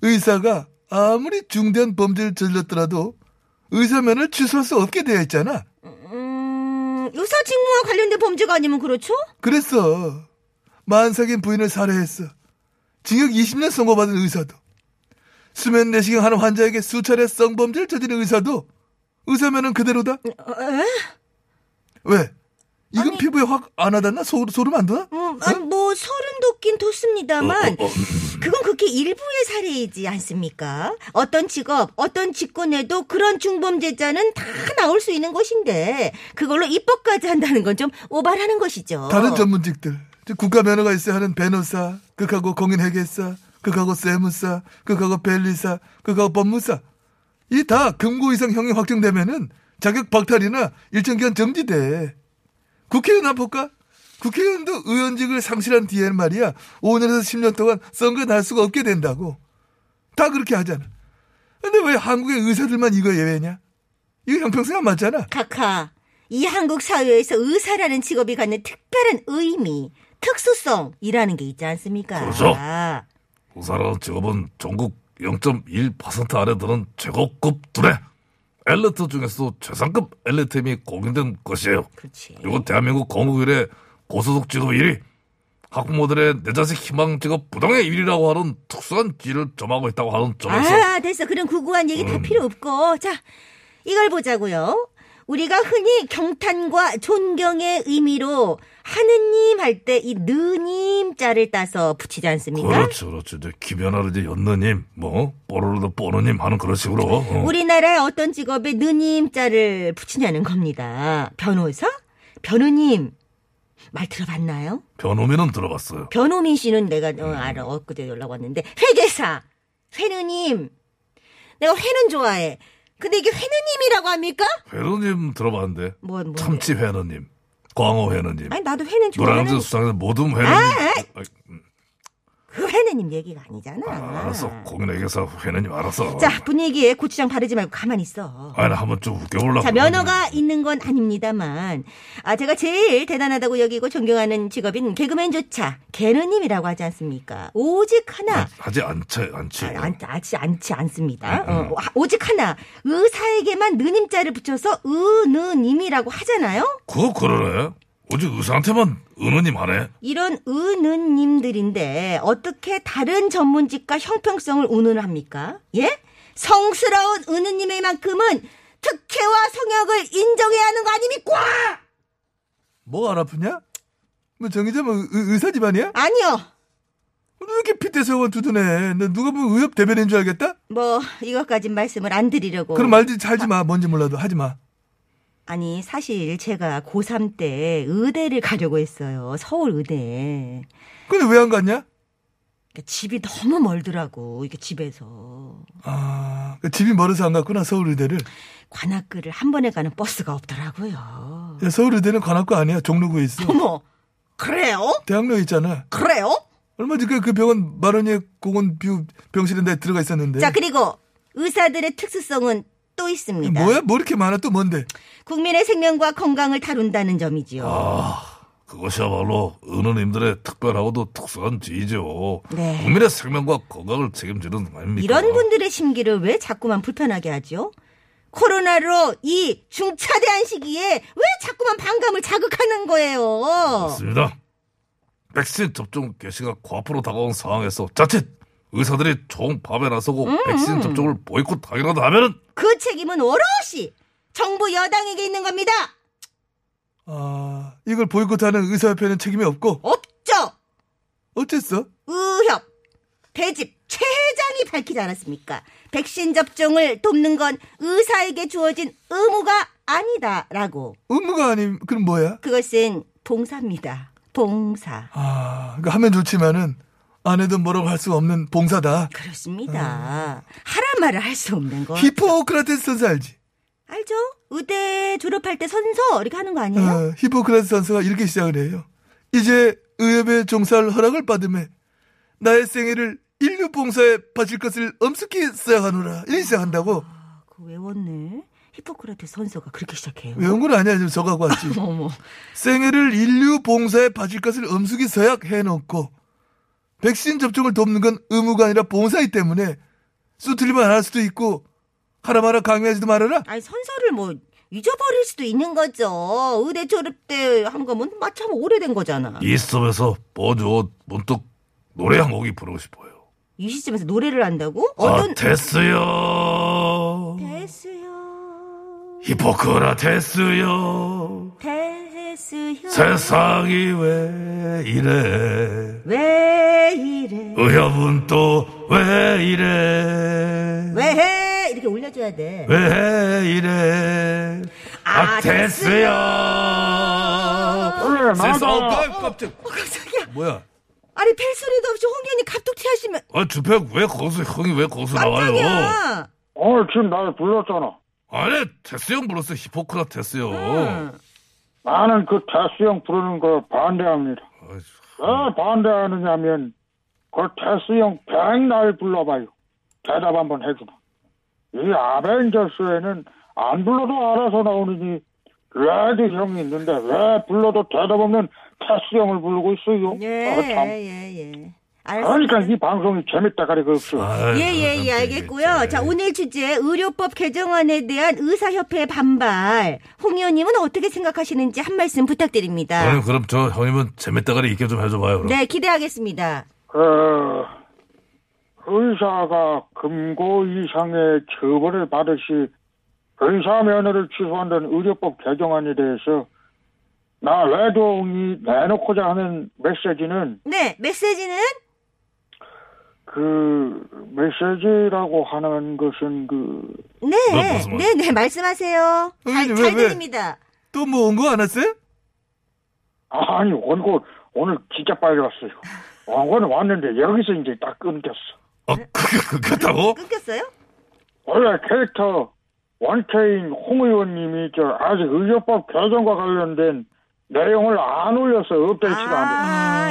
의사가 아무리 중대한 범죄를 저질렀더라도 의사면을 취소할 수 없게 되어 있잖아. 음, 의사 직무와 관련된 범죄가 아니면 그렇죠? 그랬어. 만삭인 부인을 살해했어. 징역 20년 선고받은 의사도. 수면 내시경 하는 환자에게 수차례 성범죄를 저지른 의사도 의사면은 그대로다. 왜? 이건 피부에 확 안 와닿나? 소, 소름 안 돋아? 음, 아니, 뭐 소름 돋긴 돋습니다만 어, 어, 어. 그건 그렇게 일부의 사례이지 않습니까? 어떤 직업, 어떤 직군에도 그런 중범죄자는 다 나올 수 있는 것인데 그걸로 입법까지 한다는 건 좀 오바라는 것이죠. 다른 전문직들 즉 국가 면허가 있어야 하는 변호사 극하고 공인회계사 극하고 세무사 극하고 벨리사 극하고 법무사 이 다 금고 이상 형이 확정되면은 자격 박탈이나 일정 기간 정지돼 국회의원 한 볼까? 국회의원도 의원직을 상실한 뒤에는 말이야 5년에서 10년 동안 선거 날 수가 없게 된다고 다 그렇게 하잖아 근데 왜 한국의 의사들만 이거 예외냐? 이거 형평성 안 맞잖아 카카, 이 한국 사회에서 의사라는 직업이 갖는 특별한 의미, 특수성이라는 게 있지 않습니까? 그렇죠. 우사라는 직업은 전국 0.1% 안에 드는 최고급 두뇌 엘리트 중에서도 최상급 엘리트임이 공인된 것이에요. 그렇지. 그리고 대한민국 건국일의 고소득 직업 1위 학부모들의 내 자식 희망 직업 부당의 1위라고 하는 특수한 길을 점하고 있다고 하는 점에서 음. 아, 됐어. 그런 구구한 얘기 다 필요 없고. 자, 이걸 보자고요. 우리가 흔히 경탄과 존경의 의미로 하느님 할 때 이 느님 자를 따서 붙이지 않습니까? 그렇죠, 그렇죠. 이제 김연아를 이제 연느님, 뭐 뽀로로도 뽀로님 하는 그런 식으로. 어. 우리나라의 어떤 직업에 느님 자를 붙이냐는 겁니다. 변호사? 변호님. 말 들어봤나요? 변호민은 들어갔어요. 변호민 씨는 내가 음. 어, 알아 엊그제 연락 왔는데 회계사 회느님 내가 회는 좋아해 근데 이게 회느님이라고 합니까? 회느님 들어봤는데. 뭐, 뭐. 참치 회느님, 광어 회느님, 아니 나도 회는 좋아하는 노량진 수산의 모든 회느님. 아, 아, 그 회느님 얘기가 아니잖아 아, 알았어. 공인회계사 회느님 알았어. 자 분위기에 고추장 바르지 말고 가만히 있어 아니 나 한번 좀 웃겨보려고. 자 면허가 있는 건 아닙니다만 아 제가 제일 대단하다고 여기고 존경하는 직업인 개그맨조차 개느님이라고 하지 않습니까? 오직 하나 하지 않지 않지. 아, 안, 아직 않지 않습니다. 음, 어, 하- 오직 하나 의사에게만 느님자를 붙여서 의느님이라고 하잖아요. 그거 그러네. 오직 의사한테만 은느님 하네. 이런 의느님들인데 어떻게 다른 전문직과 형평성을 운운합니까? 예? 성스러운 의느님의만큼은 특혜와 성역을 인정해야 하는 거 아닙니까? 뭐가 안 아프냐? 뭐 정의자 뭐 의- 의사 집안이야? 아니요. 왜 이렇게 핏대 세워 두드네? 너 누가 보면 의협 대변인 줄 알겠다? 뭐 이것까진 말씀을 안 드리려고. 그럼 말지 살지 마. 뭔지 몰라도 하지 마. 아니 사실 제가 고3 때 의대를 가려고 했어요. 서울 의대. 근데 왜 안 갔냐? 그러니까 집이 너무 멀더라고 이게 집에서 아, 그 집이 멀어서 안 갔구나 서울의대를. 관악구를 한 번에 가는 버스가 없더라고요. 야, 서울의대는 관악구 아니야. 종로구에 있어. 어머 그래요? 대학로에 있잖아. 그래요? 얼마 전에 그 병원 마로니에 공원 뷰 병실에 내 들어가 네. 있었는데. 자 그리고 의사들의 특수성은 또 있습니다. 뭐야? 뭐 이렇게 많아? 또 뭔데? 국민의 생명과 건강을 다룬다는 점이지요. 아, 그것이야말로 은느님들의 특별하고도 특수한 지위죠. 네. 국민의 생명과 건강을 책임지는 아닙니까? 이런 분들의 심기를 왜 자꾸만 불편하게 하죠? 코로나로 이 중차대한 시기에 왜 자꾸만 반감을 자극하는 거예요? 맞습니다. 백신 접종 개시가 과프로 다가온 상황에서 자칫 의사들이 종밥에 나서고 음. 백신 접종을 보이콧하기라도 하면은 그 책임은 오롯이 정부 여당에게 있는 겁니다. 아, 이걸 보이콧하는 의사협회는 책임이 없고 없죠. 어쨌어? 의협 대집 최회장이 밝히지 않았습니까? 백신 접종을 돕는 건 의사에게 주어진 의무가 아니다라고. 의무가 아님 그럼 뭐야? 그것은 봉사입니다. 봉사. 아, 그 하면 좋지만은 안 해도 뭐라고 할 수 없는 봉사다. 그렇습니다. 하란 말을 할 수 없는 거. 히포크라테스 선수 알지? 알죠? 의대 졸업할 때 선서 이렇게 하는 거 아니에요? 어, 히포크라테스 선수가 이렇게 시작을 해요. 이제 의협의 종사를 허락을 받음에 나의 생애를 인류 봉사에 바칠 것을 엄숙히 써야하노라. 이렇게 시작한다고. 아, 그거 외웠네. 히포크라테 선서가 그렇게 시작해요. 외운 건 아니야. 지금 저가고 왔지. 어머. 생애를 인류 봉사에 바칠 것을 엄숙히 서약해놓고 백신 접종을 돕는 건 의무가 아니라 봉사이기 때문에 쏘틀리면 안 할 수도 있고 하라 마라 강요하지도 말아라. 아니 선서를 뭐 잊어버릴 수도 있는 거죠. 의대 졸업 때 한 거면 뭐 마참 오래된 거잖아. 이 시점에서 뽀조 문득 노래 한 곡이 부르고 싶어요. 이 시점에서 노래를 한다고? 아, 어떤 됐어요. 됐어요. 히포크라테스요. 됐어요. 세상이 왜 이래? 왜 이래? 의협은 또 왜 이래? 왜 해? 이렇게 올려줘야 돼. 왜 이래? 아, 아, 됐어요. 됐어요. 세상 아, 깜짝. 어, 깜짝이야. 뭐야? 아니 벨소리도 없이 홍현이 갑툭튀 하시면 아, 주팩 왜 거기서 형이 왜 거기서 나와요? 깜짝이야. 오늘 지금 나를 불렀잖아. 아니, 테스형 불렀어. 히포크라테스요. 어. 나는 그 태수 형 부르는 걸 반대합니다. 아이, 왜 반대하느냐면 그 태수 형 백날 불러봐요. 대답 한번 해주마. 이 아벤져스에는 안 불러도 알아서 나오느니 레드 형이 있는데 왜 불러도 대답 없는 태수 형을 부르고 있어요? 네, 어, 참. 예, 예예예 예. 알았습니다. 그러니까 이 방송이 재밌다가리가 없어. 아이, 예예예 그런 알겠고요. 얘기. 자 오늘 주제 의료법 개정안에 대한 의사협회 반발. 홍 의원님은 어떻게 생각하시는지 한 말씀 부탁드립니다. 형님, 그럼 저 형님은 재밌다가리 있게 좀 해줘봐요. 그럼. 네 기대하겠습니다. 그 의사가 금고 이상의 처벌을 받을 시 의사 면허를 취소한다는 의료법 개정안에 대해서 나 외동이 내놓고자 하는 메시지는 네, 메시지는 그 메시지라고 하는 것은 그 네, 네, 무슨 말? 네, 네, 말씀하세요. 잘, 의원님, 왜, 잘 왜? 들립니다. 또 뭐 온 거 안 왔어요? 아니 원고 오늘 진짜 빨리 왔어요. 원고는 왔는데 여기서 이제 딱 끊겼어. 아, 그게 그렇다고? 끊겼어요? 원래 캐릭터 원태인 홍 의원님이 저 아직 의료법 개정과 관련된 내용을 안 올렸어요. 업데이트가 안 돼.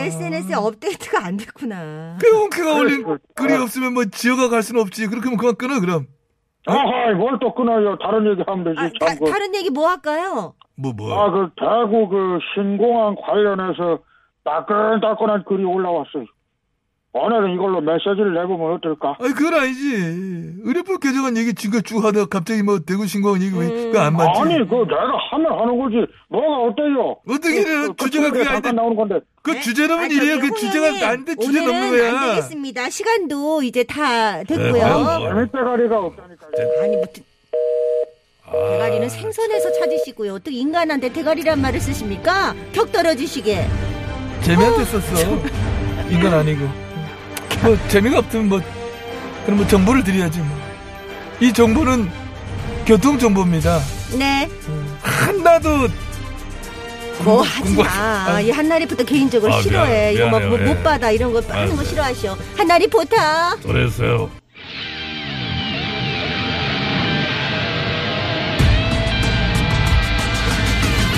아, SNS에 업데이트가 안 됐구나. 배웅키가 올린 그래, 그래. 글이 없으면 뭐 지어가 갈 수는 없지. 그렇게 하면 그만 끊어 그럼. 아하, 뭘 또 끊어요. 다른 얘기하면 되지. 아, 다, 참 그- 다른 얘기 뭐 할까요? 뭐 뭐. 아, 그 대구 그 신공항 관련해서 따끈따끈한 글이 올라왔어요. 오늘은 이걸로 메시지를 내보면 어떨까? 아니 그건 아니지. 의료법 개정안 얘기 지금 쭉 하다가 갑자기 뭐 대구 신공항 얘기 왜그안 맞지? 아니, 그 내가 하면 하는 거지. 뭐가 어때요? 어떻게 이래? 그- 그 주제가 친구들이 그게 아닌데. 잠깐 나오는 건데. 그 네? 주제라면 아, 저기 이래야 그 홍 주제가 의원님, 안 돼. 주제 넘는 오늘은 안 거야. 되겠습니다. 시간도 이제 다 아유, 어. 네, 됐고요. 뭐. 재밌대가리가 없다니까요. 아니, 뭐, 대- 아. 대가리는 생선에서 찾으시고요. 어떻게 인간한테 대가리란 말을 쓰십니까? 격 떨어지시게. 재미한테 썼어. 인간 아니고. 뭐 재미가 없으면 뭐 그럼 뭐 정보를 드려야지. 뭐. 이 정보는 교통 정보입니다. 네. 한나도 뭐 공부- 하지 공부- 마. 이 한나리부터 개인적으로 아, 싫어해. 미안, 이거 막 미안해요. 뭐, 예. 못 받아. 이런 거 하는 거 아, 싫어하셔. 한나리 포타. 그랬어요.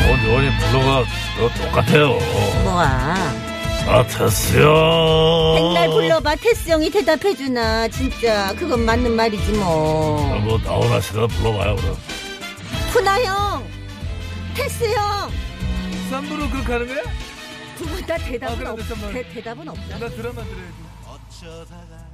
어, 요원이 블로가 너 똑같아요. 뭐야. 아, 됐어요. 백날 불러봐. 테스 형이 대답해주나. 진짜. 그건 맞는 말이지 아, 음. 뭐. 뭐, 나훈아 씨가 불러봐요, 그럼. 푸나 형. 테스 형. 삼부로 그 가는 거야? 두 분 다 대답은 아, 그래, 없, 됐어, 뭐. 대, 대답은 없어. 나 드라마 들어야지.